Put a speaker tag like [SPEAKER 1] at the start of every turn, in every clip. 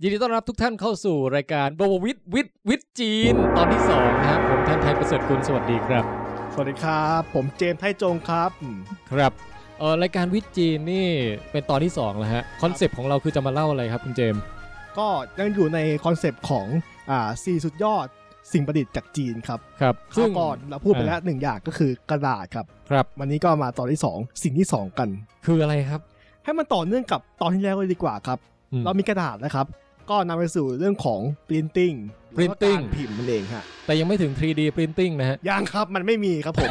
[SPEAKER 1] ยินดีต้อนรับทุกท่านเข้าสู่รายการบววิทวิทวิทจีน ตอนที่2นะครับผมท่านไทยประเสริฐกุลสวัสดีครับ
[SPEAKER 2] สวัสดีครับ ผมเจมส์ไทยจงครับอืม
[SPEAKER 1] ครับเออรายการวิทจีนนี่เป็นตอนที่2แล้วฮะคอนเซปต์ของเราคือจะมาเล่าอะไรครับคุณเจมส์
[SPEAKER 2] ก็ยังอยู่ในคอนเซปต์ของอ่าสี่สุดยอดสิ่งประดิษฐ์จากจีนครับ
[SPEAKER 1] ครับ
[SPEAKER 2] คราวก่อนเราพูดไปแล้วหนึ่งอย่างก็คือกระดาษครับ
[SPEAKER 1] ครับ
[SPEAKER 2] วันนี้ก็มาตอนที่ 2 สิ่งที่ 2 กัน
[SPEAKER 1] คืออะไรครับ
[SPEAKER 2] ให้มันต่อเนื่องกับตอนที่แล้วเลยดีกว่าครับ
[SPEAKER 1] อืม
[SPEAKER 2] เรามีกระดาษนะครับ ก็นำไปสู่เรื่องของ printing หรือว่า
[SPEAKER 1] printing
[SPEAKER 2] การพิมพ์นั่นเองฮะ
[SPEAKER 1] แต่ยังไม่ถึง 3D printing นะฮะ
[SPEAKER 2] ยังครับมันไม่มีครับผม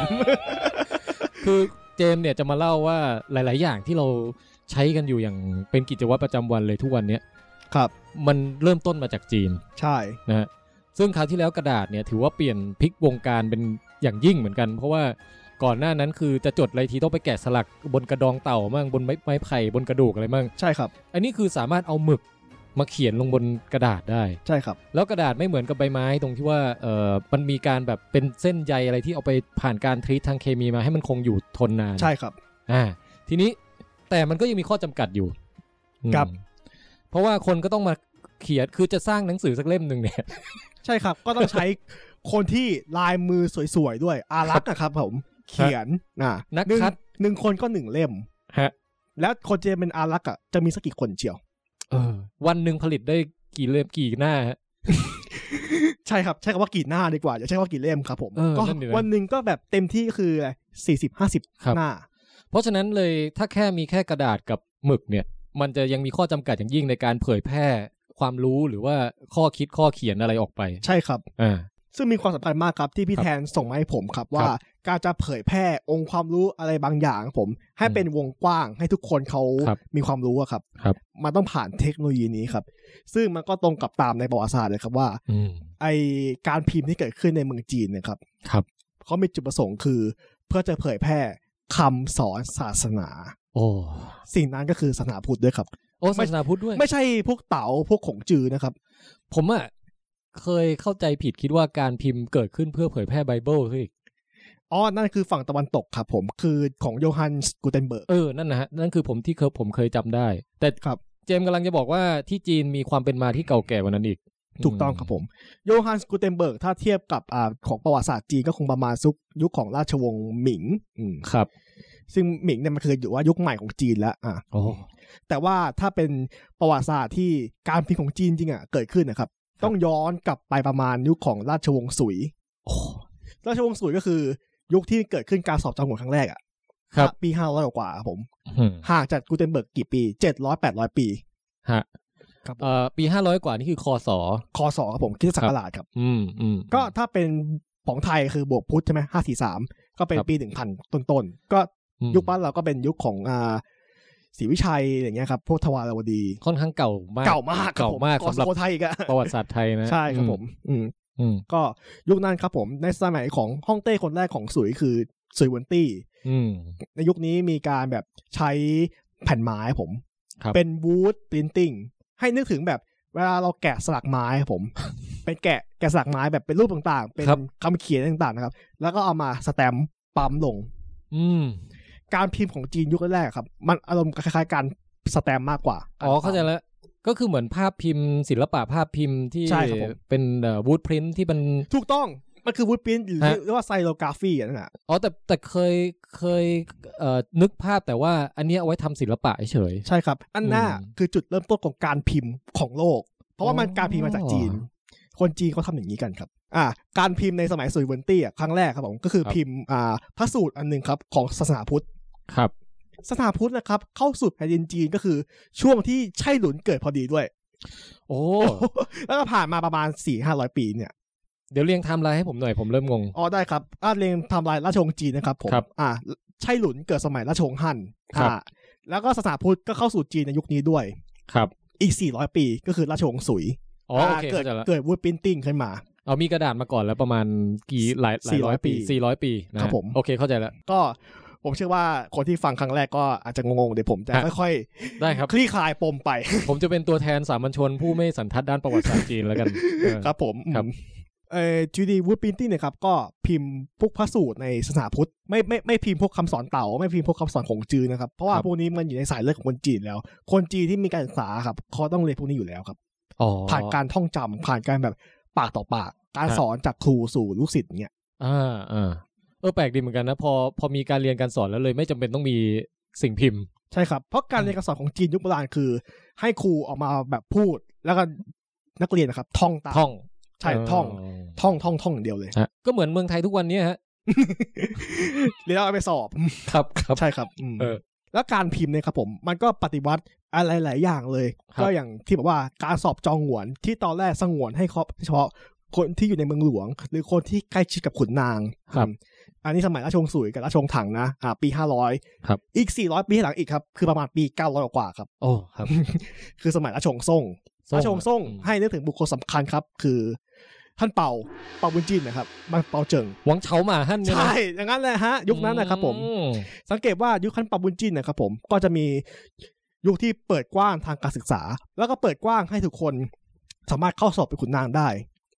[SPEAKER 1] คือเจมส์เนี่ยจะมาเล่าว่าหลาย ๆ อย่างที่เราใช้กันอยู่อย่างเป็นกิจวัตรประจำวันเลยทุกวันเนี้ย
[SPEAKER 2] ครับ
[SPEAKER 1] มันเริ่มต้นมาจากจีน
[SPEAKER 2] ใช่
[SPEAKER 1] นะฮะซึ่งคราวที่แล้วกระดาษเนี่ยถือว่าเปลี่ยนพลิกวงการเป็นอย่างยิ่งเหมือนกัน เพราะว่าก่อนหน้านั้นคือจะจดอะไรทีต้องไปแกะสลักบนกระดองเต่ามั่งบนไม้ไม้ไผ่บนกระดูกอะไรมั่ง
[SPEAKER 2] ใช่ครับ
[SPEAKER 1] อันนี้คือสามารถเอาหมึกมาเขียนลงบนกระดาษได้
[SPEAKER 2] ใช่ครับ
[SPEAKER 1] แล้วกระดาษไม่เหมือนกับใบไม้ตรงที่ว่าเออมันมีการแบบเป็นเส้นใยอะไรที่เอาไปผ่านการทรีททางเคมีมาให้มันคงอยู่ทนนาน
[SPEAKER 2] ใช่ครับ
[SPEAKER 1] อ่าทีนี้แต่มันก็ยังมีข้อจำกัดอยู่อืม
[SPEAKER 2] ครับ
[SPEAKER 1] เพราะว่าคนก็ต้องมาเขียนคือจะสร้างหนังสือสักเล่มหนึ่งเนี่ย
[SPEAKER 2] ใช่ครับ ก็ต้องใช้ คนที่ลายมือสวยๆด้วย อารักษ์นะครับผม เขียนนะ
[SPEAKER 1] นัก
[SPEAKER 2] หง
[SPEAKER 1] คัด
[SPEAKER 2] หนึ่งคนก็หนึ่งเล่ม
[SPEAKER 1] ฮะ
[SPEAKER 2] แล้วคนจะเป็นอารักษ์อ่ะจะมีสักกี่คนเชียว
[SPEAKER 1] เออวันหนึ่งผลิตได้กี่เล่มกี่หน้าฮะ
[SPEAKER 2] ใช่ครับใช้คำว่ากี่หน้าดีกว่าอย่าใช้คำว่ากี่เล่มครับผม
[SPEAKER 1] เออ
[SPEAKER 2] ก็
[SPEAKER 1] นั่นดินะ
[SPEAKER 2] วันหนึ่งก็แบบเต็มที่ก็คือสี่สิบห้าสิบ
[SPEAKER 1] ครับ
[SPEAKER 2] หน้า
[SPEAKER 1] เพราะฉะนั้นเลยถ้าแค่มีแค่กระดาษกับหมึกเนี่ย มันจะยังมีข้อจำกัดอย่างยิ่งในการเผยแพร่ความรู้หรือว่าข้อคิดข้อเขียนอะไรออกไป
[SPEAKER 2] ใช่ครับ
[SPEAKER 1] อ่า
[SPEAKER 2] ซึ่งมีความสำคัญมากครับที่พี่
[SPEAKER 1] ครับ
[SPEAKER 2] แทนส่งมาให้ผมครับว่า
[SPEAKER 1] ครับ
[SPEAKER 2] การจะเผยแพร่องค์ความรู้อะไรบางอย่างครับผม ให้เป็นวงกว้างให้ทุกคนเขา
[SPEAKER 1] ครับ
[SPEAKER 2] มีความรู้อะครับ
[SPEAKER 1] ครับ
[SPEAKER 2] มันต้องผ่านเทคโนโลยีนี้ครับ ซึ่งมันก็ตรงกับตามในประวัติศาสตร์เลยครับว่า
[SPEAKER 1] อืม
[SPEAKER 2] ไอการพิมพ์ที่เกิดขึ้นในเมืองจีนเนะครับ
[SPEAKER 1] ครับ
[SPEAKER 2] เขามีจุดประสงค์คือ เพื่อจะเผยแพร่คำสอนศาสนา
[SPEAKER 1] โอ้
[SPEAKER 2] สิ่งนั้นก็คือศาสนาพุทธด้วยครับ
[SPEAKER 1] โอ้ศาสนาพุทธด้วย
[SPEAKER 2] ไม่ใช่พวกเต๋าพวกของจือนะครับ
[SPEAKER 1] ผมอะเคยเข้าใจผิดคิดว่าการพิมพ์เกิดขึ้นเพื่อเผยแพร่ไบเบิลคืออีก
[SPEAKER 2] อ๋อ นั่นคือฝั่งตะวันตกครับผม คือของโยฮันส์กูเทนเบิร์ก
[SPEAKER 1] เออนั่นนะฮะนั่นคือผมที่เคยผมเคยจำได้ แต่
[SPEAKER 2] ครับ
[SPEAKER 1] เจมส์กำลังจะบอกว่าที่จีนมีความเป็นมาที่เก่าแก่กว่านั้นอีก
[SPEAKER 2] ถูกต้องครับผม โยฮันส์กูเทนเบิร์กถ้าเทียบกับอ่าของประวัติศาสตร์จีนก็คงประมาณซุกยุคของราชวงศ์หมิงอืม
[SPEAKER 1] ครับ
[SPEAKER 2] ซึ่งหมิงเนี่ยมันคืออยู่ว่ายุคใหม่ของจีนแล้วอ่า
[SPEAKER 1] โอ้
[SPEAKER 2] แต่ว่าถ้าเป็นประวัติศาสตร์ที่การพิมพ์ของจีนจริงอ่ะเกิดขึ้นนะครับ ต้องย้อนกลับไปประมาณยุคของราชวงศ์สุย
[SPEAKER 1] โอ้
[SPEAKER 2] ราชวงศ์สุยก็คือยุคที่เกิดขึ้นการสอบจำหัวครั้งแรกอ่ะ
[SPEAKER 1] ครับ
[SPEAKER 2] ปีห้าร้อยกว่าครับผม
[SPEAKER 1] อืม
[SPEAKER 2] ห่างจากกูเทนเบิร์กกี่ปีเจ็ดร้อยแปดร้อยปี
[SPEAKER 1] ฮะ
[SPEAKER 2] ครับผม
[SPEAKER 1] เอ่อปีห้าร้อยกว่านี่คือคอสอ
[SPEAKER 2] คศครับผมคริดศักราชครับ
[SPEAKER 1] อืมอืม
[SPEAKER 2] ก็ถ้าเป็นของไทยคือบวกพุทธใช่ไหมห้าสี่สามก็เป็น
[SPEAKER 1] ครับ
[SPEAKER 2] ปีหนึ่งพันต้นๆ ก็
[SPEAKER 1] อืม
[SPEAKER 2] ยุคบ้านเราก็เป็นยุคของอ่าศรีวิชัยอย่างเงี้ยครับพวกทวารวดี
[SPEAKER 1] ค่อนข้างเก่ามาก
[SPEAKER 2] เก่ามากครับ
[SPEAKER 1] เก่ามาก
[SPEAKER 2] ผม
[SPEAKER 1] สำหรับ
[SPEAKER 2] โคไทยอีกอะ
[SPEAKER 1] ประวัติศาสตร์ไทยนะ
[SPEAKER 2] ใช่ครับผมอืม
[SPEAKER 1] อืม
[SPEAKER 2] ก็ยุคนั้นครับผมในสมัยของฮ่องเต้คนแรกของสุยคือสุยหวนตี้
[SPEAKER 1] อืม
[SPEAKER 2] ในยุคนี้มีการแบบใช้แผ่นไม้ผม
[SPEAKER 1] ครับ
[SPEAKER 2] เป็นวูดปรินติ้งให้นึกถึงแบบเวลาเราแกะสลักไม้ครับผม เป็นแกะแกะสลักไม้แบบเป็นรูปต่างๆ เป็น
[SPEAKER 1] ครับ
[SPEAKER 2] คำเขียนต่างๆนะครับ แล้วก็เอามาสแตมป์ปั๊มลง
[SPEAKER 1] อืม
[SPEAKER 2] การพิมพ์ของจีนยุคแรกๆครับ มันอารมณ์คล้ายๆการสแตมป์มากกว่า
[SPEAKER 1] อ๋อเข้าใจแล้ว ก็คือเหมือนภาพพิมพ์ ศิลปะภาพพิมพ์ที่
[SPEAKER 2] ใช่ครับผม
[SPEAKER 1] เป็นวูดพรินที่มัน
[SPEAKER 2] ถูกต้องมันคือวูดปรินหรือ
[SPEAKER 1] ฮะ
[SPEAKER 2] เรียกว่าไซโลกราฟีนั่นแหละ
[SPEAKER 1] อ๋อแต่แต่เคยเคยเอ่อนึกภาพแต่ว่าอันเนี้ยเอาไว้ทำศิลปะเฉย
[SPEAKER 2] ใช่ครับ อันหน้า
[SPEAKER 1] อืม
[SPEAKER 2] คือจุดเริ่มต้นของการพิมพ์ของโลก เพราะว่ามัน
[SPEAKER 1] อ๋อ
[SPEAKER 2] การพิมพ์มาจากจีน คนจีนเขาทำอย่างนี้กันครับ อ่า การพิมพ์ในสมัยสุยเวนตี้อ่ะครั้งแรกครับผมก็คือพิมพ์อ่าพระสูตรอันหนึ่งครับของศาสนาพุทธ
[SPEAKER 1] ๆครับ
[SPEAKER 2] ศาสนาพุทธนะครับ เข้าสู่แผ่นดินจีนก็คือช่วงที่ไช่หลุนเกิดพอดีด้วย
[SPEAKER 1] โอ้
[SPEAKER 2] แล้วก็ผ่านมาประมาณ4ี่ห้าร้อยปีเนี่ย
[SPEAKER 1] เดี๋ยวเรียงไทม์ไลน์ให้ผมหน่อยผมเริ่มงง
[SPEAKER 2] อ๋อได้ครับอาเรียงไทำลายราชวงศ์จีนนะครับผม
[SPEAKER 1] ครับ
[SPEAKER 2] อ่าไช่หลุนเกิดสมัยราชวงศ์ฮั่น
[SPEAKER 1] ครับ
[SPEAKER 2] อ่าแล้วก็ศาสนาพุทธก็เข้าสู่จีนในยุคนี้ด้วย
[SPEAKER 1] ครับ
[SPEAKER 2] อีก 400 ปีก็คือราชวงศ์สุย
[SPEAKER 1] อ๋อโอเค
[SPEAKER 2] เกิด
[SPEAKER 1] เข้าใจแล้ว
[SPEAKER 2] เกิดวูดปรินติ้งขึ้นมา
[SPEAKER 1] เอามีกระดาษมาก่อนแล้วประมาณกี่หลายหลายร้อยปี
[SPEAKER 2] 400ปี
[SPEAKER 1] สี่ร้อยปีนะฮะ
[SPEAKER 2] ครับผม
[SPEAKER 1] โอเคเข้าใจแล้ว
[SPEAKER 2] ก็ผมเชื่อว่าคนที่ฟังครั้งแรกก็อาจจะงงๆ เดี๋ยวผมจะ
[SPEAKER 1] ฮะ
[SPEAKER 2] ค่อย
[SPEAKER 1] ได้ครับ
[SPEAKER 2] ๆ คลี่คลายปมไป
[SPEAKER 1] ผมจะเป็นตัวแทนสามัญชนผู้ไม่สันทัดด้านประวัติศาสตร์จีนแล้วกันเออ
[SPEAKER 2] ครับผม
[SPEAKER 1] ครับ
[SPEAKER 2] เอ่อจีดีวูดปรินติ้งเนี่ยครับ ก็พิมพ์พวกพระสูตรในศาสนาพุทธ ไม่ไม่ไม่พิมพ์พวกคำสอนเต่า ไม่พิมพ์พวกคำสอนของจือนะครับ เพราะว่าพวกนี้มันอยู่ในสายเลือดของคนจีนแล้ว คนจีนที่มีการศึกษาครับเขาต้องเรียนพวกนี้อยู่แล้วครับ
[SPEAKER 1] อ๋อ
[SPEAKER 2] ผ่านการท่องจำผ่านการแบบปากต่อปาก การสอนจากครูสู่ลูกศิษย์เนี่ย
[SPEAKER 1] อ่าอ่าเออแปลกดีเหมือนกันนะพอพอมีการเรียนการสอนแล้วเลย ไม่จำเป็นต้องมีสิ่งพิมพ์
[SPEAKER 2] ใช่ครับเพราะการเรียนการสอนของจีนยุคโบราณคือ ให้ครูออกมาแบบพูด แล้วก็นักเรียนนะครับ ท่องตาม
[SPEAKER 1] ท่อง
[SPEAKER 2] ใช่ท่อง
[SPEAKER 1] เ
[SPEAKER 2] ท่องท่องท่องอย่างเดียวเลย
[SPEAKER 1] ฮะก็เหมือนเมืองไทยทุกวันเนี้ยฮะ
[SPEAKER 2] เรียนแล้วเอาไปสอบ
[SPEAKER 1] ครับครับ
[SPEAKER 2] ใช่ครับอืม
[SPEAKER 1] เออ
[SPEAKER 2] แล้วการพิมพ์เนี่ยครับผม มันก็ปฏิวัติอะไรหลายอย่างเลย
[SPEAKER 1] ครับ
[SPEAKER 2] ก็อย่างที่บอกว่าการสอบจองหวนที่ตอนแรกสงวนให้ครอบเฉพาะคนที่อยู่ในเมืองหลวง หรือคนที่ใกล้ชิดกับขุนนาง
[SPEAKER 1] ครับ
[SPEAKER 2] อืมอันนี้สมัยราชวงศ์สุยกับราชวงศ์ถังนะอ่าปีห้าร้อย
[SPEAKER 1] ครับ
[SPEAKER 2] อีกสี่ร้อยปีให้หลังอีกครับ คือประมาณปีเก้าร้อยกว่าครับ
[SPEAKER 1] โอ้ครับ
[SPEAKER 2] คือสมัยราชวงศ์ซ่งราชวงศ์ซ่ง
[SPEAKER 1] อืม
[SPEAKER 2] ให้นึกถึงบุคคลสำคัญครับ คือ ท่านเป่าเป่าบุญจินนะครับมันเป่าเจิง
[SPEAKER 1] หวังเฉาหมาฮั่นเนี่ยนะ
[SPEAKER 2] ใช่อย่างนั้นแหละฮะ ยุคนั้นนะครับผม
[SPEAKER 1] อื
[SPEAKER 2] สังเกตว่ายุคขั้นปรับบุญจินนะครับผมก็จะมียุคที่เปิดกว้างทางการศึกษา แล้วก็เปิดกว้างให้ทุกคน สามารถเข้าสอบเป็นขุนนางได้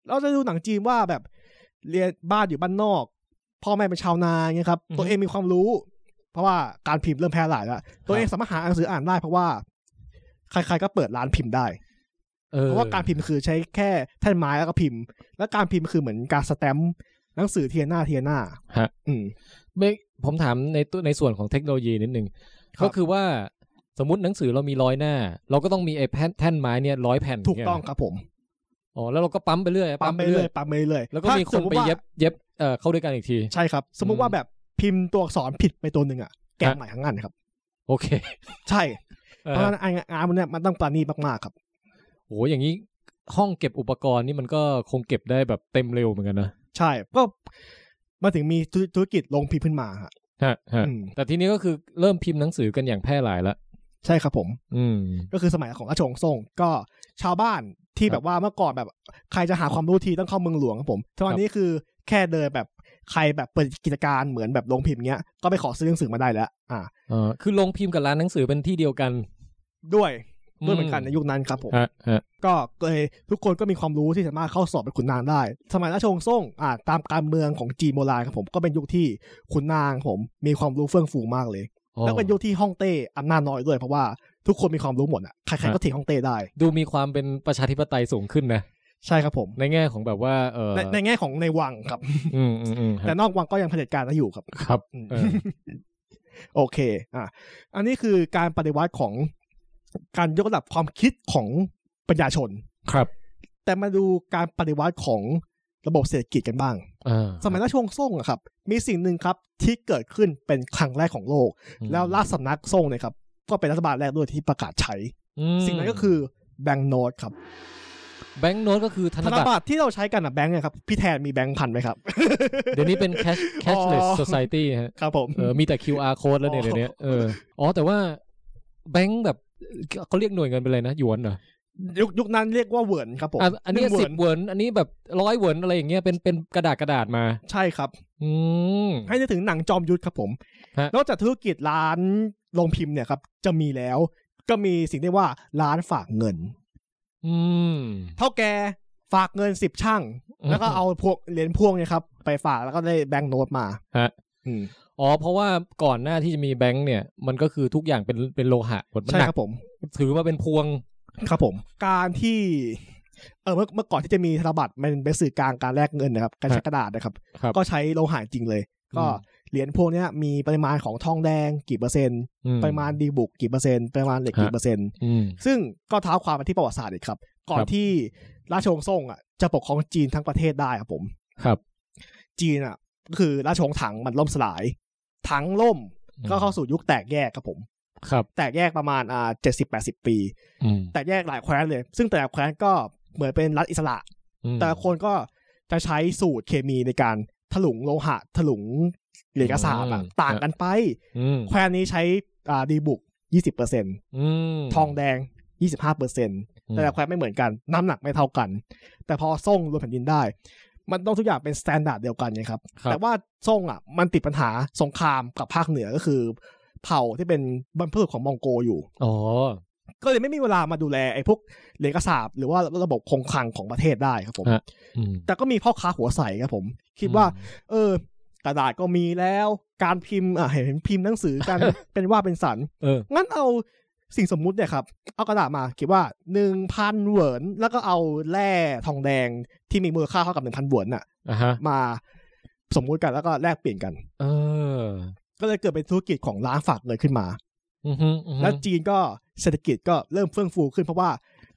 [SPEAKER 2] เราจะดูหนังจีนว่าแบบเรียนบ้านอยู่บ้านนอก พ่อแม่เป็นชาวนาเงี้ยครับตัวเองมีความรู้ เพราะว่าการพิมพ์เริ่มแพร่หลายแล้วตัวเองสามารถหาหนังสืออ่านได้เพราะว่า ใครๆก็เปิดร้านพิมพ์ได้
[SPEAKER 1] ออ
[SPEAKER 2] เพราะว่าการพิมพ์คือใช้แค่แท่นไม้แล้วก็พิมพ์ และการพิมพ์คือเหมือนการสแตมป์หนังสือเทียนหน้าเทียนหน้า
[SPEAKER 1] ฮะ
[SPEAKER 2] อืม
[SPEAKER 1] ไม่ผมถามในตัวในส่วนของเทคโนโลยีนิดนึง
[SPEAKER 2] ครับ
[SPEAKER 1] ก็คือว่าสมมติหนังสือเรามีร้อยหน้า เราก็ต้องมีไอ้แผ่นแท่นไม้เนี่ยร้อยแผ่น
[SPEAKER 2] ถูก
[SPEAKER 1] เนี่ย
[SPEAKER 2] ต้องครับผม
[SPEAKER 1] อ๋อแล้วเราก็ปั๊มไปเรื่อย
[SPEAKER 2] ปั๊มไปเรื่อยปั๊มไปเรื่อย
[SPEAKER 1] แล้วก็
[SPEAKER 2] ถ้า
[SPEAKER 1] มีค
[SPEAKER 2] ส
[SPEAKER 1] น
[SPEAKER 2] ติ
[SPEAKER 1] ไป
[SPEAKER 2] ว่า
[SPEAKER 1] เย็บเย็บเอ่อเข้าด้วยกันอีกที
[SPEAKER 2] ใช่ครับ สมมุติว่าแบบพิมพ์ตัวอักษรผิดไปตัวหนึ่งอ่ะแกะใหม่ทั้งงานครับ
[SPEAKER 1] โอเค
[SPEAKER 2] ใช่
[SPEAKER 1] เอ
[SPEAKER 2] เพ
[SPEAKER 1] อ
[SPEAKER 2] ราะฉะนั้นงานมันเนี่ยมันต้องปราณีตมากๆครับ
[SPEAKER 1] โหอย่างนี้ห้องเก็บอุปกรณ์นี่มันก็คงเก็บได้แบบเต็มเร็วเหมือนกันนะ
[SPEAKER 2] ใช่ก็มาถึงมีธุธุรกิจลงพิมพ์ขึ้นมาฮะ
[SPEAKER 1] ฮะฮะ
[SPEAKER 2] อืม
[SPEAKER 1] แต่ทีนี้ก็คือเริ่มพิมพ์หนังสือกันอย่างแพร่หลายละ
[SPEAKER 2] ใช่ครับผม
[SPEAKER 1] อืม
[SPEAKER 2] ก็คือสมัยของอาชวงศ์ซ่งก็ชาวบ้านที่
[SPEAKER 1] ครับ
[SPEAKER 2] แบบว่าเมื่อก่อนแบบใครจะหาความรู้ทีต้องเข้าเมืองหลวงครับผมทุกวันนี้คือแค่เดินแบบใครแบบเปิดกิจการเหมือนแบบลงพิมพ์เงี้ยก็ไปขอซื้อหนังสือมาได้แล้ว อ่า
[SPEAKER 1] ่าคือลงพิมพ์กับร้านหนังสือเป็นที่เดียวกัน
[SPEAKER 2] ด้วยด้วยเหมือนกันในยุคนั้นครับผม
[SPEAKER 1] ฮะฮะ
[SPEAKER 2] ก็เลยทุกคนก็มีความรู้ที่สามารถเข้าสอบเป็นขุนนางได้ สมัยราชวงศ์ซ่งอ่าตามการเมืองของจีนโบราณครับผมก็เป็นยุคที่ขุนนางผมมีความรู้เฟื่องฟูมากเลย
[SPEAKER 1] อ๋อ
[SPEAKER 2] แล้วเป็นยุคที่ฮ่องเต้อำนาจน้อยด้วยเพราะว่าทุกคนมีความรู้หมดอ่ะใครๆก็เถียงฮ่องเต้ได้
[SPEAKER 1] ดูมีความเป็นประชาธิปไตยสูงขึ้นนะ
[SPEAKER 2] ใช่ครับผม
[SPEAKER 1] ในแง่ของแบบว่าเออ
[SPEAKER 2] ในในแง่ของในวังครับ
[SPEAKER 1] อืมอืมอืมฮะ
[SPEAKER 2] แต่นอกวังก็ยังเผด็จการได้อยู่ครับ
[SPEAKER 1] ครับ
[SPEAKER 2] อืม
[SPEAKER 1] เออ
[SPEAKER 2] โอเค อ่ะ อันนี้คือการปฏิวัติของการยกระดับความคิดของประชาชน
[SPEAKER 1] ครับ
[SPEAKER 2] แต่มาดูการปฏิวัติของระบบเศรษฐกิจกันบ้าง
[SPEAKER 1] อ่า
[SPEAKER 2] สมัยราชวงศ์ซ่งอะครับ มีสิ่งหนึ่งครับที่เกิดขึ้นเป็นครั้งแรกของโลก
[SPEAKER 1] อืม
[SPEAKER 2] แล้วราชสำนักซ่งเนี่ยครับ ก็เป็นรัฐบาลแรกด้วยที่ประกาศใช้
[SPEAKER 1] อืม
[SPEAKER 2] สิ่งนั้นก็คือแบงก์โนตครับ
[SPEAKER 1] แบงก์โน้ตก็คือธน
[SPEAKER 2] ธน
[SPEAKER 1] บัตร
[SPEAKER 2] บัตรที่เราใช้กันอะแบงก์เนี่ยครับ พี่แทนมีแบงก์พันไหมครับ
[SPEAKER 1] เดี๋ยวนี้เป็น cash cashless
[SPEAKER 2] อ๋อ
[SPEAKER 1] society ฮะ
[SPEAKER 2] ครับผม
[SPEAKER 1] เออมีแต่ QR code แล้วเนี่ย
[SPEAKER 2] อ๋อ
[SPEAKER 1] เดี๋ยวนี้เอออ๋อแต่ว่าแบงก์แบบเขาเรียกหน่วยเงินเป็นอะไรนะหยวนเหรอ
[SPEAKER 2] ยุคยุคนั้นเรียกว่าเหวินครับผม
[SPEAKER 1] อ่ะอันนี้
[SPEAKER 2] หงเห
[SPEAKER 1] สิ
[SPEAKER 2] วิ
[SPEAKER 1] บ
[SPEAKER 2] น
[SPEAKER 1] เหวินอันนี้แบบร้อยเหวินอะไรอย่างเงี้ยเป็นเป็นกระดาษกระดาษมา
[SPEAKER 2] ใช่ครับ
[SPEAKER 1] อืม
[SPEAKER 2] ให้นึกถึงหนังจอมยุทธครับผม
[SPEAKER 1] ฮะ
[SPEAKER 2] นอกจากธุรกิจร้านลงพิมพ์เนี่ยครับจะมีแล้ว ก็มีสิ่งที่ว่าร้านฝากเงิน
[SPEAKER 1] อืม
[SPEAKER 2] เท่าแกฝากเงินสิบช่าง
[SPEAKER 1] อืม
[SPEAKER 2] แล้วก็เอาพวกเหรียญพ่วงเนี่ยครับ ไปฝากแล้วก็ได้แบงก์โน้ตมา
[SPEAKER 1] ฮะ
[SPEAKER 2] อืม
[SPEAKER 1] อ๋อเพราะว่าก่อนหน้าที่จะมีแบงก์เนี่ย มันก็คือทุกอย่างเป็นเป็นโลหะหมดมัน
[SPEAKER 2] ใช่
[SPEAKER 1] หนั
[SPEAKER 2] ค
[SPEAKER 1] ก
[SPEAKER 2] รับผม
[SPEAKER 1] ถือมาเป็นพวง
[SPEAKER 2] ครับผม การที่เออเมื่อเมื่อก่อนที่จะมีธนบัตรมันเป็นสื่อกลางการแลกเงินนะครับ การใช้
[SPEAKER 1] ฮะ
[SPEAKER 2] กระดาษนะครับ
[SPEAKER 1] ครับ
[SPEAKER 2] ก็ใช้โลหะจริงเลย ก็
[SPEAKER 1] อืม
[SPEAKER 2] เหรียญพวกเนี้ยมีปริมาณของทองแดงกี่เปอร์เซ็นต์
[SPEAKER 1] อื
[SPEAKER 2] ปริมาณดีบุกกี่เปอร์เซ็นต์ปริมาณเหล็กกี่
[SPEAKER 1] ฮะ
[SPEAKER 2] เปอร์เซ็นต์
[SPEAKER 1] อืม
[SPEAKER 2] ซึ่งก็เท้าความมาที่ประวัติศาสตร์อีกครับ ก่อน
[SPEAKER 1] ครับ
[SPEAKER 2] ที่ราชวงศ์ซ่งอ่ะจะปกครองจีนทั้งประเทศได้ครับผม
[SPEAKER 1] ครับ
[SPEAKER 2] จีนอ่ะก็คือราชวงศ์ถังมันล่มสลาย ถังล่ม
[SPEAKER 1] อืม
[SPEAKER 2] ก็เข้าสู่ยุคแตกแยกครับผม
[SPEAKER 1] ครับ
[SPEAKER 2] แตกแยกประมาณอ่าเจ็ดสิบแปดสิบปี
[SPEAKER 1] อืม
[SPEAKER 2] แตกแยกหลายแคว้นเลย ซึ่งแต่ละแคว้นก็เหมือนเป็นรัฐอิสระ
[SPEAKER 1] อืม
[SPEAKER 2] แต่ละคนก็จะใช้สูตรเคมีในการถลุงโลหะ ถลุงเหล็กกระสาบอะ
[SPEAKER 1] อืม
[SPEAKER 2] ต่างกันไป
[SPEAKER 1] อืม
[SPEAKER 2] แคว้นนี้ใช้อ่าดีบุกยี่สิบเปอร์เซ็น
[SPEAKER 1] อืม
[SPEAKER 2] ทองแดงยี่สิบห้าเปอร์เซ็น แต่ละแคว้นไม่เหมือนกัน น้ำหนักไม่เท่ากัน แต่พอส่งรวมแผ่นดินได้ มันต้องทุกอย่างเป็นสแตนดาร์ดเดียวกันไงครับ
[SPEAKER 1] ครับ
[SPEAKER 2] แต่ว่าส่งอ่ะ มันติดปัญหาสงครามกับภาคเหนือก็คือ เผ่าที่เป็นบรรพบุรุษของมองโกอยู่
[SPEAKER 1] อ๋อ
[SPEAKER 2] ก็เลยไม่มีเวลามาดูแลไอ้พวกเหรียญกระสาบหรือว่าระบบคงคลังของประเทศได้ครับผม
[SPEAKER 1] ฮะ อืม
[SPEAKER 2] แต่ก็มีพ่อค้าหัวใสครับผม คิดว่า เออ กระดาษก็ มีแล้ว การพิมพ์อ่ะเห็นพิมพ์หนังสือกัน เป็นว่าเป็นสัน
[SPEAKER 1] เออ
[SPEAKER 2] งั้นเอา สิ่งสมมุติเนี่ยครับ เอากระดาษมาเขียนว่าหนึ่งพันเหวินแล้วก็เอาแร่ทองแดงที่มีมูลค่าเท่ากับหนึ่งพันเหวินน่ะ
[SPEAKER 1] อ่ะฮะ
[SPEAKER 2] มาสมมุติกันแล้วก็แลกเปลี่ยนกัน
[SPEAKER 1] เออ
[SPEAKER 2] ก็เลยเกิดเป็นธุรกิจของร้านฝากเงินขึ้นมา
[SPEAKER 1] อือฮึอือฮึ
[SPEAKER 2] แล้วจีนก็เศรษฐกิจก็เริ่มเฟื่องฟูขึ้นเพราะว่า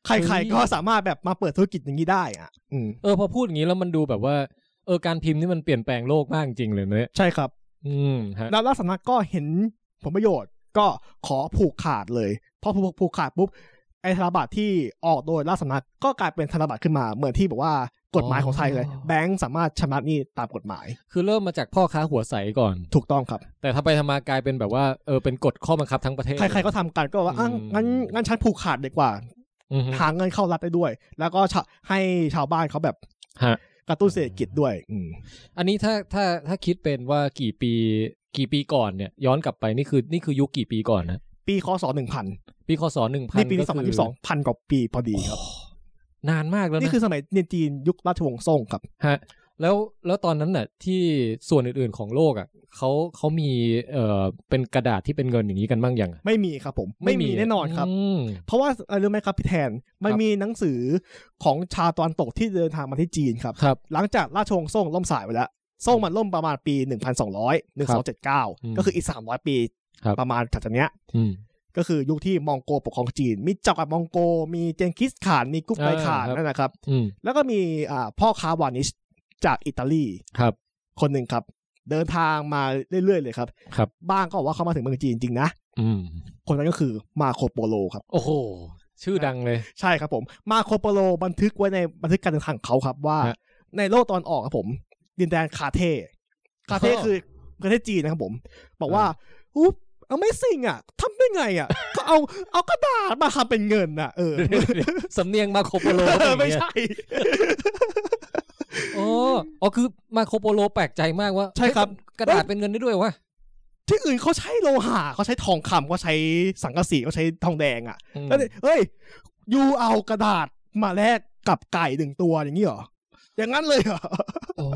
[SPEAKER 2] ใค
[SPEAKER 1] เฮ้
[SPEAKER 2] ร
[SPEAKER 1] ย
[SPEAKER 2] ๆก็สามารถแบบมาเปิดธุรกิจอย่างนี้ได้อ่ะ อืม
[SPEAKER 1] เออพอพูดอย่างนี้แล้วมันดูแบบว่า เออการพิมพ์นี่มันเปลี่ยนแปลงโลกมากจริงเลยเนี่ย
[SPEAKER 2] ใช่ครับ
[SPEAKER 1] อืมฮะ
[SPEAKER 2] แล้วรัฐสำนักก็เห็นผลประโยชน์ก็ขอผูกขาดเลยพอผูกผูกขาดปุ๊บไอ้ธนบัตรที่ออกโดยรัฐสำนักก็กลายเป็นธนบัตรขึ้นมาเหมือนที่บอกว่ากฎหมายของไทยเลย แบงก์สามารถชำระหนี้ตามกฎหมาย
[SPEAKER 1] คือเริ่มมาจากพ่อค้าหัวใสก่อน
[SPEAKER 2] ถูกต้องครับ
[SPEAKER 1] แต่ถ้าไปทำมากลายเป็นแบบว่าเออเป็นกฎข้อบังคับทั้งประเทศ
[SPEAKER 2] ใครๆก็ทำกันก็บอกว่า
[SPEAKER 1] อื
[SPEAKER 2] อ่ะ
[SPEAKER 1] ม
[SPEAKER 2] งั้นงั้นฉันผูกขาดดีกว่า
[SPEAKER 1] อือฮึ
[SPEAKER 2] หาเงินเข้ารัฐได้ด้วย แล้วก็ชะให้ชาวบ้านเขาแบบ
[SPEAKER 1] ฮะ
[SPEAKER 2] กระตุ้นเศรษฐกิจด้วย อืม
[SPEAKER 1] อันนี้ถ้าถ้าถ้าคิดเป็นว่ากี่ปีกี่ปีก่อนเนี่ย ย้อนกลับไปนี่คือนี่คือยุคกี่ปีก่อนนะ
[SPEAKER 2] ปีคศหนึ่งพัน
[SPEAKER 1] ปีคศหนึ่งพัน
[SPEAKER 2] นี่ปีสองพันยี่สิบสองพันกว่าปีพอดีครับ
[SPEAKER 1] นานมากแล้ว
[SPEAKER 2] นี่
[SPEAKER 1] นะ
[SPEAKER 2] คือสมัยเนียนจีนยุคราชวงศ์ซ่งครับ
[SPEAKER 1] ฮะแล้วแล้วตอนนั้นน่ะที่ส่วนอื่นๆของโลกอ่ะเขาเขามีเอ่อเป็นกระดาษที่เป็นเงินอย่างนี้กันบ้างยัง
[SPEAKER 2] ไม่มีครับผม ไม่มีแน่นอนครับ
[SPEAKER 1] ม
[SPEAKER 2] เพราะว่าอะไรรู้ไหมครับพี่แทน มัน
[SPEAKER 1] ครับ
[SPEAKER 2] มีหนังสือของชาวตะวันตกที่เดินทางมาที่จีนครับ
[SPEAKER 1] ครับ
[SPEAKER 2] หลังจากราชวงศ์ซ่งล่มสลายไปแล้ว ซ่งมันล่มประมาณปี 1200
[SPEAKER 1] อืม
[SPEAKER 2] 1279 ก็คืออีก 300 ปี
[SPEAKER 1] ครับ
[SPEAKER 2] ประมาณจากจากเนี้ย
[SPEAKER 1] อืม
[SPEAKER 2] ก็คือยุคที่มองโกปกครองจีน มีจักรวรรดิมองโก มีเจงกิสข่าน มีกุ๊กไกข่าน
[SPEAKER 1] อ่าครับ
[SPEAKER 2] นั่นนะครับ
[SPEAKER 1] อืม
[SPEAKER 2] แล้วก็มีอ่าพ่อค้าวานิชจากอิตาลี
[SPEAKER 1] ครับ
[SPEAKER 2] คนหนึ่งครับ เดินทางมาเรื่อยๆเลยครับ
[SPEAKER 1] ครับ
[SPEAKER 2] บ้างก็บอกว่าเขามาถึงเมืองจีนจริงนะ
[SPEAKER 1] อืม
[SPEAKER 2] คนนั้นก็คือมาโคโปโลครับ
[SPEAKER 1] โอ้โห ชื่อดังเลย
[SPEAKER 2] ใช่ครับผม มาโคโปโลบันทึกไว้ในบันทึกการเดินทางของเขาครับว่า
[SPEAKER 1] ฮะ
[SPEAKER 2] ในโลกตอนออกครับผม ดินแดนคาเท คา เท
[SPEAKER 1] อ๋อ
[SPEAKER 2] คือประเทศจีนนะครับผม บอกว่าอุ๊บเอาไม่สิ่งอ่ะทำได้ไงอ่ะ ก็เอาเอากระดาษมาทำเป็นเงินอ่ะ เออ
[SPEAKER 1] สำเนียงมาโคโปโล
[SPEAKER 2] เออ
[SPEAKER 1] เป็นอย่างเงี้
[SPEAKER 2] ไม่
[SPEAKER 1] ย
[SPEAKER 2] ใช่
[SPEAKER 1] อ๋ออ๋อคือมาโคโปโลแปลกใจมากว่า
[SPEAKER 2] ใช่ครับ
[SPEAKER 1] กระดาษเป็นเงินได้ด้วยวะ
[SPEAKER 2] ที่อื่นเขาใช้โลหะเขาใช้ทองคำเขาใช้สังกะสีเขาใช้ทองแดงอ่ะ
[SPEAKER 1] อืม
[SPEAKER 2] แล้วเนี่ยเอ้ยยูเอากระดาษมาแลกกับไก่หนึ่งตัวอย่างนี้เหรออย่างนั้นเลยเหรอ
[SPEAKER 1] โอ้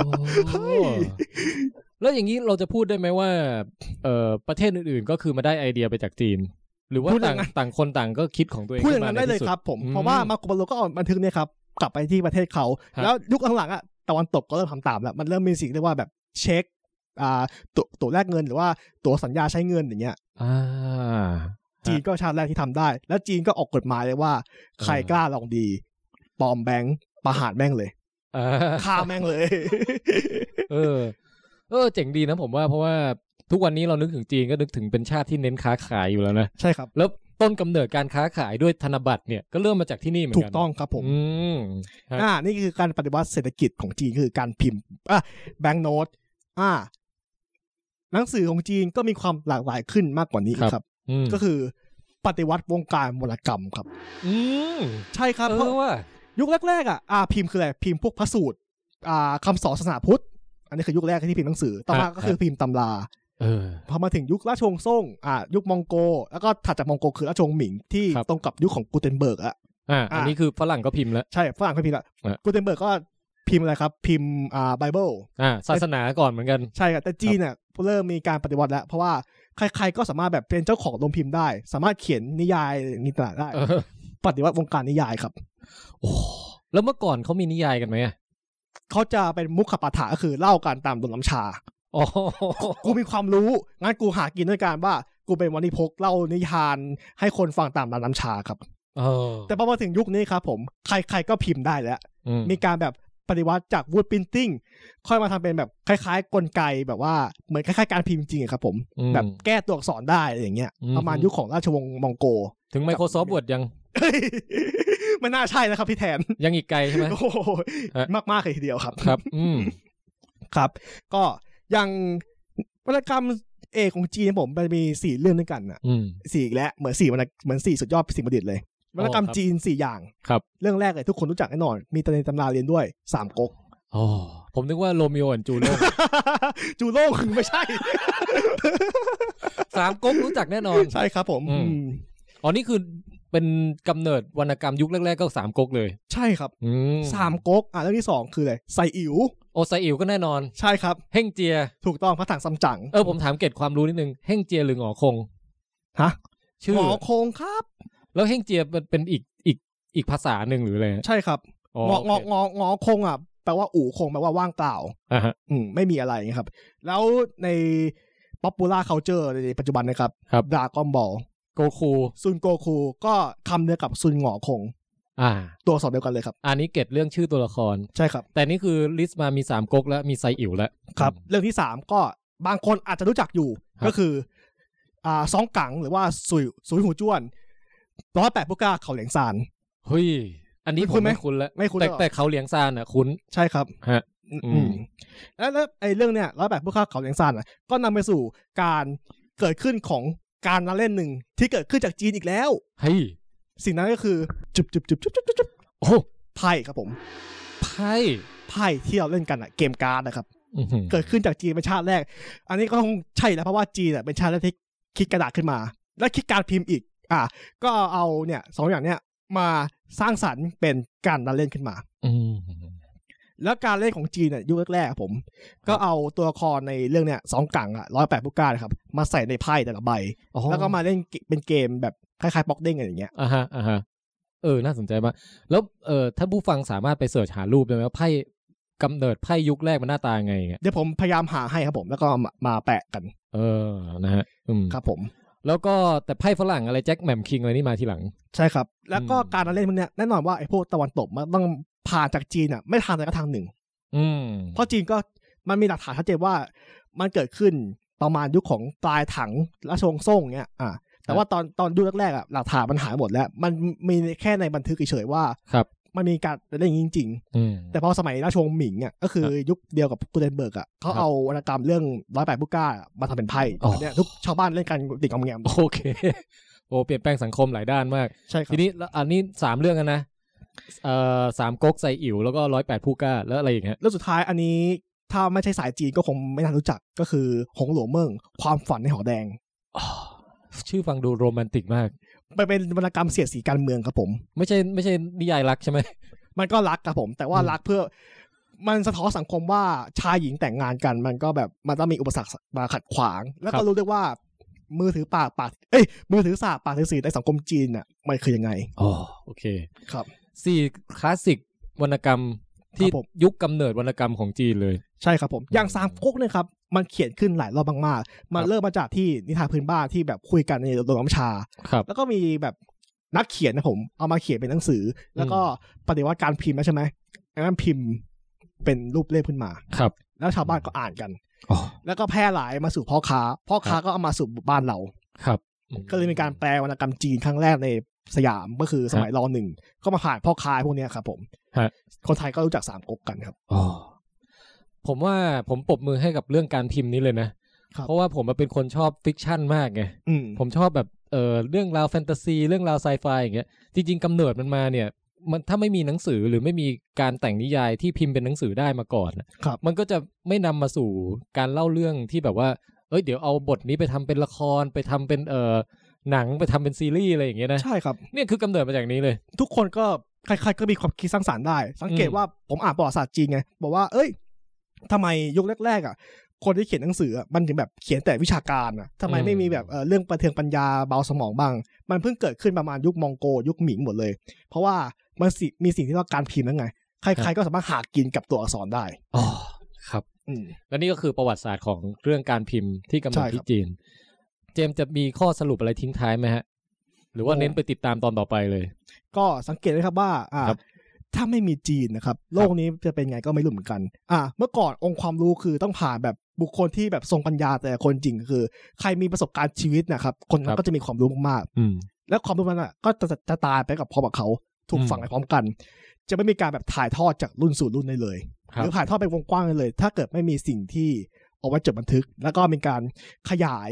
[SPEAKER 2] เฮ้ย
[SPEAKER 1] แล้วอย่างนี้เราจะพูดได้ไหมว่าเอ่อประเทศอื่นๆ ก็คือมาได้ไอเดียไปจากจีน หรือว่าต่างต่างคนต่างก็คิดของตัวเอง
[SPEAKER 2] พูดอ
[SPEAKER 1] ขึ้
[SPEAKER 2] ย่าน ง
[SPEAKER 1] มา
[SPEAKER 2] นั้น
[SPEAKER 1] ใน
[SPEAKER 2] ได้เลย
[SPEAKER 1] ที่สุด
[SPEAKER 2] ครับผม
[SPEAKER 1] อืม
[SPEAKER 2] เพราะว่ามาโคโปโลก็เอาบันทึกเนี่ยครับกลับไปที่ประเทศเขา
[SPEAKER 1] ครับ
[SPEAKER 2] แล้วยุคหลังๆอ่ะตะวันตกก็เริ่มทำตามแล้ว มันเริ่มมีสิ่งเรียกว่าแบบเช็คอ่าตัวตัวแลกเงินหรือว่าตัวสัญญาใช้เงินอย่างเงี้ย
[SPEAKER 1] อ่า
[SPEAKER 2] จีนก็ชาติแรกที่ทำได้ แล้วจีนก็ออกกฎหมายเลยว่า ใคร
[SPEAKER 1] เออ
[SPEAKER 2] กล้าลองดีปลอมแบงค์ประหารแม่งเลย
[SPEAKER 1] อ่า
[SPEAKER 2] ฆ่าแม่งเลย
[SPEAKER 1] เออ เออ เจ๋งดีนะผมว่าเพราะว่าทุกวันนี้เรานึกถึงจีนก็นึกถึงเป็นชาติที่เน้นค้าขายอยู่แล้วนะ
[SPEAKER 2] ใช่ครับ
[SPEAKER 1] แล้วต้นกำเนิดการค้าขายด้วยธนบัตรเนี่ยก็เริ่มมาจากที่นี่เหมือน
[SPEAKER 2] ถู
[SPEAKER 1] กั
[SPEAKER 2] ก
[SPEAKER 1] น
[SPEAKER 2] ต้องครับผม
[SPEAKER 1] อืม ฮะ
[SPEAKER 2] อ่านี่คือการปฏิวัติเศรษฐกิจของจีนคือการพิมพ์อ่ะแบงค์โน้ตอ่า หนังสือของจีนก็มีความหลากหลายขึ้นมากกว่านี้อีกครับ
[SPEAKER 1] อืม
[SPEAKER 2] ก็คือปฏิวัติวงการวรรณกรรมครับ
[SPEAKER 1] อืม
[SPEAKER 2] ใช่ครับ
[SPEAKER 1] เอ
[SPEAKER 2] เพราะ
[SPEAKER 1] อว่า
[SPEAKER 2] ยุคแรกๆอ่ะอ่าพิมพ์คืออะไรพิมพ์พวกพระสูตรอ่าคำสอนศาสนาพุทธ อันนี้คือยุคแรกที่พิมพ์หนังสือต่อ
[SPEAKER 1] ค
[SPEAKER 2] มา
[SPEAKER 1] รับ
[SPEAKER 2] ก็คือพิมพ์ตำรา
[SPEAKER 1] เออ
[SPEAKER 2] พอมาถึงยุคราชวงศ์ซ่งอ่ายุคมองโก แล้วก็ถัดจากมองโกคือราชวงศ์หมิงที่
[SPEAKER 1] ครับ
[SPEAKER 2] ตรงกับยุคของกูเทนเบิร์กอะ
[SPEAKER 1] อ่าอั
[SPEAKER 2] อ่ะ
[SPEAKER 1] นนี้คือฝรั่งก็พิมพ์แล้ว
[SPEAKER 2] ใช่ฝรั่งเขาพิมพ์ละ
[SPEAKER 1] อ่ะ
[SPEAKER 2] กูเทนเบิร์กก็พิมพ์อะไรครับ พิมพ์อ่าไบเบิล
[SPEAKER 1] อ่า ศาสนาก่อนเหมือนกัน
[SPEAKER 2] ใช่ครับแต่จีนเนี่ยเริ่มมีการปฏิวัติแล้ว เพราะว่าใครๆก็สามารถแบบเป็นเจ้าของโรงพิมพ์ได้ สามารถเขียนนิยายนิตยสารได้
[SPEAKER 1] เออ
[SPEAKER 2] ปฏิวัติวงการนิยายครับ
[SPEAKER 1] โอ้แล้วเมื่อก่อนเขามีนิยายกันไหมอะ
[SPEAKER 2] เขาจะเป็นมุขปาฐะก็คือเล่าการตามดนน้ำชา
[SPEAKER 1] อ๋ อ
[SPEAKER 2] กูมีความรู้ งั้นกูหากินด้วยการว่ากูเป็นวันิพกเล่านิทาน ให้คนฟังตามร้านน้ำชาครับ
[SPEAKER 1] เออ
[SPEAKER 2] แต่พอมาถึงยุคนี้ครับผม ใครๆก็พิมพ์ได้แล้ว
[SPEAKER 1] อื
[SPEAKER 2] มีการแบบปฏิวัติจากวูดพิ i ติ้งค่อยมาทำเป็นแบบคล้ายๆ กลไกแบบว่าเหมือนคล้ายๆการพิมพ์จริงๆอะครับผม
[SPEAKER 1] อืม
[SPEAKER 2] แบบแก้ตัวอักษรได้อะไรอย่างเงี้ย
[SPEAKER 1] อืม
[SPEAKER 2] ประมาณยุคของราชวงศ์มองโก
[SPEAKER 1] ถึง Microsoft Word ยัง
[SPEAKER 2] มันน่าใช่นะครับพี่แท น
[SPEAKER 1] ยังอีกไกลใช่ไหม
[SPEAKER 2] โอ้โห
[SPEAKER 1] ฮะ
[SPEAKER 2] มากๆเลยทีเดียวครับ
[SPEAKER 1] ครับ อืม
[SPEAKER 2] ครับ ก็ยังวรรณกรรมเอกของจีนผมมันมีสี่เรื่องด้วยกันน่ะ
[SPEAKER 1] อืม
[SPEAKER 2] สี่อีกแล้วเหมือนสี่วรรณเหมือนสี่สุดยอดสิ่งประดิษฐ์เลยวรรณกรรม
[SPEAKER 1] ครับ
[SPEAKER 2] จีนสี่อย่าง
[SPEAKER 1] ครับ
[SPEAKER 2] เรื่องแรกเลยทุกคนรู้จักแน่นอน มีตำนานตำราเรียนด้วยสามก๊ก
[SPEAKER 1] อ๋อ ผมนึกว่าโรมิโอแอนจูเลียต
[SPEAKER 2] จูโล่งไม่ใช่
[SPEAKER 1] สามก๊กรู้จักแน่นอน
[SPEAKER 2] ใช่ครับผม
[SPEAKER 1] อืม
[SPEAKER 2] อืม
[SPEAKER 1] อ๋อ นี่คือเป็นกำเนิดวรรณกรรมยุคแรกๆ ก็สามก๊กเลย
[SPEAKER 2] ใช่ครับ
[SPEAKER 1] อืม
[SPEAKER 2] สามก๊กอ่ะเรื่องที่สองคืออะไรไซอิ๋ว
[SPEAKER 1] โอไซอิ๋วก็แน่นอน
[SPEAKER 2] ใช่ครับ
[SPEAKER 1] เฮ่งเจีย
[SPEAKER 2] ถูกต้องพระถังซัมจั๋ง
[SPEAKER 1] เออ ผมถามเกร็ดความรู้นิดนึง เฮ่งเจียหรือหงอคง
[SPEAKER 2] ฮะ
[SPEAKER 1] ชื่
[SPEAKER 2] ห
[SPEAKER 1] อ
[SPEAKER 2] มอคงครับ
[SPEAKER 1] แล้วเฮงเจียมันเป็นอีกอีกอีกภาษาหนึ่งหรืออะไรฮะ
[SPEAKER 2] ใช่ครับ
[SPEAKER 1] อ๋อง
[SPEAKER 2] อ
[SPEAKER 1] โเค
[SPEAKER 2] งององอคงอ่ะแปลว่าอู่คงแปลว่าว่างเปล่า
[SPEAKER 1] อ่าฮะ
[SPEAKER 2] อืมไม่มีอะไรครับ แล้วใน popular culture ในปัจจุบันนะครับ
[SPEAKER 1] ครับ
[SPEAKER 2] ดากอนบอล
[SPEAKER 1] โกคู
[SPEAKER 2] ซุนโกคูก็คำเดียวกับซุนหงอคง
[SPEAKER 1] อ่า
[SPEAKER 2] ตัวสอบเดียวกันเลยครับ
[SPEAKER 1] อันนี้เก็ตเรื่องชื่อตัวละคร
[SPEAKER 2] ใช่ครับ
[SPEAKER 1] แต่นี่คือลิสต์มามีสามก๊กแล้วมีไซอิ๋วแล้ว
[SPEAKER 2] ครับ เรื่องที่สามก็บางคนอาจจะรู้จักอยู่
[SPEAKER 1] ครับ
[SPEAKER 2] ก็คืออ่าซองกังหรือว่าซุยซุยหูจ้วนร้อยแปดพวกกาเขาเหลียงซาน
[SPEAKER 1] เฮ้ย อันนี้ผ
[SPEAKER 2] คุ้
[SPEAKER 1] ม
[SPEAKER 2] นไหม
[SPEAKER 1] ไม่คุ้นแล้ว
[SPEAKER 2] ไม่คุ้น
[SPEAKER 1] แต่
[SPEAKER 2] หรอ
[SPEAKER 1] แต่เขาเหลียงซานอ่ะคุ้น
[SPEAKER 2] ใช่ครับ
[SPEAKER 1] ฮะ
[SPEAKER 2] อืม
[SPEAKER 1] อืม
[SPEAKER 2] แล้วแล้วไอ้เรื่องเนี้ยร้อยแปดพวกกาเขาเหลียงซานอะก็นำไปสู่การเกิดขึ้นของการละเล่นหนึ่งที่เกิดขึ้นจากจีนอีกแล้ว
[SPEAKER 1] เฮ้ย
[SPEAKER 2] สิ่งนั้นก็คือจุบจุบจุบจุบจุบจุบจุบ
[SPEAKER 1] โอ้
[SPEAKER 2] ไพ่ครับผม
[SPEAKER 1] ไพ่
[SPEAKER 2] ไพ่ที่เราเล่นกันอะเกมการ์ดนะครับ
[SPEAKER 1] อื้อหือ
[SPEAKER 2] เกิดขึ้นจากจีนเป็นชาติแรก อันนี้ก็ต้องใช่แล้วเพราะว่าจีนอะเป็นชาติแรกที่คิดกระดาษขึ้นมา และคิดการพิมพ์อีก อ่ะก็เอาเนี่ยสองอย่างเนี่ยมาสร้างสรรค์เป็นการละเล่นขึ้นมา
[SPEAKER 1] อืม
[SPEAKER 2] แล้วการเล่นของจีนเนี่ยยุคแรกๆอะผม ก็เอาตัวละครในเรื่องเนี่ยสองกังอ่ะร้อยแปดผู้กล้านะครับ มาใส่ในไพ่แต่ละใบ
[SPEAKER 1] อ๋อ
[SPEAKER 2] แล้วก็มาเล่นเกเป็นเกมแบบคล้ายๆป๊อกเด้งอะไรอย่างเงี้ย
[SPEAKER 1] อ่าฮะอ่าฮะเออ น่าสนใจมากแล้วเออท่านผู้ฟังสามารถไปเสิร์ชหารูปได้ไหมว่าไพ่กำเนิดไพ่ยุคแรกมันหน้าตายังไงเงี้ย
[SPEAKER 2] เดี๋ยวผมพยายามหาให้ครับผม แล้วก็มามาแปะกัน
[SPEAKER 1] เออนะฮะอืม
[SPEAKER 2] ครับผม
[SPEAKER 1] แล้วก็แต่ไพ่ฝรั่งอะไรแจ็คแหม่มคิงอะไรนี่มาทีหลัง
[SPEAKER 2] ใช่ครับ แล้วก็
[SPEAKER 1] อืม
[SPEAKER 2] การละเล่นพวกเนี้ยแน่นอนว่าไอ้พวกตะวันตกมันต้องผ่านจากจีนอ่ะไม่ทางใดก็ทางหนึ่ง
[SPEAKER 1] อืม
[SPEAKER 2] เพราะจีนก็มันมีหลักฐานชัดเจนว่ามันเกิดขึ้นประมาณยุคของปลายถังราชวงศ์ซ่งเนี้ยอ่ะแต่ว่าตอนตอนยุคแรกๆอ่ะหลักฐานมันหายหมดแล้ว มันมีแค่ในบันทึกเฉยๆว่า
[SPEAKER 1] ครับ
[SPEAKER 2] มันมีการละเล่นอย่างนี้จริง
[SPEAKER 1] อืม
[SPEAKER 2] ๆ แต่พอสมัยราชวงศ์หมิงอ่ะก็คือยุคเดียวกับกูเทนเบิร์กอ่ะเขา
[SPEAKER 1] ครับ
[SPEAKER 2] เอาวรรณกรรมเรื่องร้อยแปดผู้กล้ามาทำเป็นไพ่
[SPEAKER 1] อ๋อ
[SPEAKER 2] เนี่ยทุกชาวบ้านเล่นกันติดกำแงม
[SPEAKER 1] โอเค โอ้เปลี่ยนแปลงสังคมหลายด้านมาก
[SPEAKER 2] ใช่ครับ
[SPEAKER 1] ทีนี้แล้วอันนี้สามเรื่องกันนะเอ่อสามก๊กไซอิ๋วแล้วก็ร้อยแปดผู้กล้าแล้วอะไรอีกฮะ
[SPEAKER 2] แล้วสุดท้ายอันนี้ถ้าไม่ใช่สายจีนก็คงไม่น่ารู้จักก็คือหงหลวเมิงความฝันในหอแดง
[SPEAKER 1] อ๋อชื่อฟังดูโรแมนติกมาก
[SPEAKER 2] ไปเป็นวรรณกรรมเสียดสีการเมืองครับผม
[SPEAKER 1] ไม่ใช่ไม่ใช่นิยายรักใช่ไหม
[SPEAKER 2] มันก็รักครับผม แต่ว่า
[SPEAKER 1] อืม
[SPEAKER 2] รักเพื่อ มันสะท้อนสังคมว่าชายหญิงแต่งงานกัน มันก็แบบมันต้องมีอุปสรรคมาขัดขวาง แล้วก็รู้ด้วยว่า มือถือปากปากเอ้ยมือถือสาปากถือสีในสังคมจีนน่ะมันคือยังไง
[SPEAKER 1] อ๋อโอเค
[SPEAKER 2] ครับ
[SPEAKER 1] สี่คลาสสิกวรรณกรรมที่
[SPEAKER 2] ครับผม
[SPEAKER 1] ยุคกำเนิดวรรณกรรมของจีนเลย
[SPEAKER 2] ใช่ครับผม อย่างสามก๊กเนี่ยครับ มันเขียนขึ้นหลายรอบมากๆ
[SPEAKER 1] ค
[SPEAKER 2] มั
[SPEAKER 1] น รับ
[SPEAKER 2] เริ่มมาจากที่นิทานพื้นบ้านที่แบบคุยกันในโรงน้ำชา
[SPEAKER 1] ครับ
[SPEAKER 2] แล้วก็มีแบบนักเขียนนะผม เอามาเขียนเป็นหนังสือ แล้วก็ปฏิวัติการพิมพ์แล้วใช่ไหมการพิมพ์เป็นรูปเล่มขึ้นมา
[SPEAKER 1] ครับ
[SPEAKER 2] แล้วชาวบ้านก็อ่านกัน
[SPEAKER 1] อ๋อ
[SPEAKER 2] แล้วก็แพร่หลายมาสู่พ่อค้า พ่อค้าก็เอามาสู่บ้านเรา
[SPEAKER 1] ครับ
[SPEAKER 2] ก็เลยมีการแปลวรรณกรรมจีนครั้งแรกในสยามก็คือสมัยรอหนึ่ง ก็มาผ่านพ่อค้าพวกเนี้ยครับผม
[SPEAKER 1] ฮะ
[SPEAKER 2] คนไทยก็รู้จักสามก๊กกันครับ
[SPEAKER 1] อ๋อผมว่าผมปรบมือให้กับเรื่องการพิมพ์นี้เลยนะ
[SPEAKER 2] ครับ
[SPEAKER 1] เพราะว่าผมเป็นคนชอบฟิกชันมากไง
[SPEAKER 2] อืม
[SPEAKER 1] ผมชอบแบบเออเรื่องราวแฟนตาซี เรื่องราวไซไฟอย่างเงี้ยจริง ๆกำเนิดมันมาเนี่ย มันถ้าไม่มีหนังสือหรือไม่มีการแต่งนิยายที่พิมพ์เป็นหนังสือได้มาก่อนน่ะ
[SPEAKER 2] ครับ
[SPEAKER 1] มันก็จะไม่นำมาสู่การเล่าเรื่องที่แบบว่า เอ้ยเดี๋ยวเอาบทนี้ไปทำเป็นละครไปทำเป็นเออหนังไปทำเป็นซีรีส์อะไรอย่างเงี้ยนะ
[SPEAKER 2] ใช่ครับ
[SPEAKER 1] เนี่ยคือกำเนิดมาจากนี้เลย
[SPEAKER 2] ทุกคนก็ใครๆก็มีความคิดสร้างสารรค์ได้ สังเกต
[SPEAKER 1] อืม
[SPEAKER 2] ว่าผมอ่านประวัติศาสตร์จีนไงบอกว่าเอ้ยทำไมยุคแรกๆอ่ะ คนที่เขียนหนังสืออะมันถึงแบบเขียนแต่วิชาการอ่ะทำไมไม่มีแบบเอ่อเรื่องประเทืองปัญญาเบาสมองบ้าง มันเพิ่งเกิดขึ้นประมาณยุคมองโกยุคหมิงหมดเลย เพราะว่ามันสิมีสิ่งที่เรียกว่าการพิมพ์นั่นไง ใครๆก็สามารถหากินกับตัวอักษรได้
[SPEAKER 1] อ๋อครับ
[SPEAKER 2] อืม
[SPEAKER 1] และนี่ก็คือประวัติศาสตร์ของเรื่องการพิมพ์ที่กำเนิด
[SPEAKER 2] ใช่ครับ
[SPEAKER 1] ที่จีน เจมส์จะมีข้อสรุปอะไรทิ้งท้ายไหมฮะ หรือว่า
[SPEAKER 2] โอ้
[SPEAKER 1] เน้นไปติดตามตอนต่อไปเลย
[SPEAKER 2] ก็สังเกตเลยครับว่า อ่า
[SPEAKER 1] ครับ
[SPEAKER 2] ถ้าไม่มีจีนนะครับ โลกนี้จะเป็นไงก็ไม่รู้เหมือนกัน อ่า เมื่อก่อนองค์ความรู้คือต้องผ่านแบบบุคคลที่แบบทรงปัญญาแต่ละคนจริงคือ ใครมีประสบการณ์ชีวิตนะครับ คนนั้
[SPEAKER 1] ครั
[SPEAKER 2] น
[SPEAKER 1] บ
[SPEAKER 2] ก็จะมีความรู้มาก
[SPEAKER 1] อืม
[SPEAKER 2] ๆ แล้วความรู้นั้นอ่ะก็จะจะจะตายไปกับพร้อมกับเขา ถูก
[SPEAKER 1] อืม
[SPEAKER 2] ฝังไปพร้อมกัน จะไม่มีการแบบถ่ายทอดจากรุ่นสู่รุ่นได้เลย
[SPEAKER 1] ครั
[SPEAKER 2] ห
[SPEAKER 1] บ
[SPEAKER 2] รือถ่ายทอดไปวงกว้างได้เลย ถ้าเกิดไม่มีสิ่งที่เอาไว้จดบันทึก แล้วก็มีการขยาย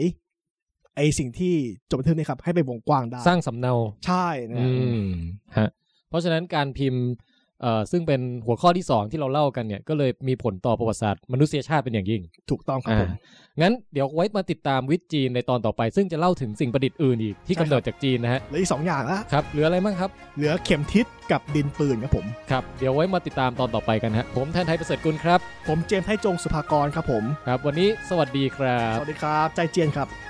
[SPEAKER 2] ไอสิ่งที่จดบันทึกนี่ครับ ให้เป็นวงกว้างได้
[SPEAKER 1] สร้างสำเนา
[SPEAKER 2] ใช่นะ
[SPEAKER 1] อืมฮะเพราะฉะนั้นการพิมพ์เอ่อซึ่งเป็นหัวข้อที่สองที่เราเล่ากันเนี่ยก็เลยมีผลต่อประวัติศาสตร์มนุษยชาติเป็นอย่างยิ่ง
[SPEAKER 2] ถูกต้องครับ
[SPEAKER 1] อ่า
[SPEAKER 2] ผม
[SPEAKER 1] งั้นเดี๋ยวไว้มาติดตามวิทย์จีนในตอนต่อไป ซึ่งจะเล่าถึงสิ่งประดิษฐ์อื่นอีกที่
[SPEAKER 2] ใช่ครั
[SPEAKER 1] กำ
[SPEAKER 2] บ
[SPEAKER 1] เนิดจากจีนนะฮะ
[SPEAKER 2] เหลืออีกสองอย่างละ
[SPEAKER 1] ครับเหลืออะไรบ้างครับ
[SPEAKER 2] เหลือเข็มทิศกับดินปืนครับผม
[SPEAKER 1] ครับ เดี๋ยวไว้มาติดตามตอนต่อไปกันฮะผมแทนไทยประเสริฐกุลครับ
[SPEAKER 2] ผมเจมส์ไทยจงสุภากรครับผม
[SPEAKER 1] ครับ วันนี้สวัสดีครับ
[SPEAKER 2] สวัสดีครับ ใจเจียนครับ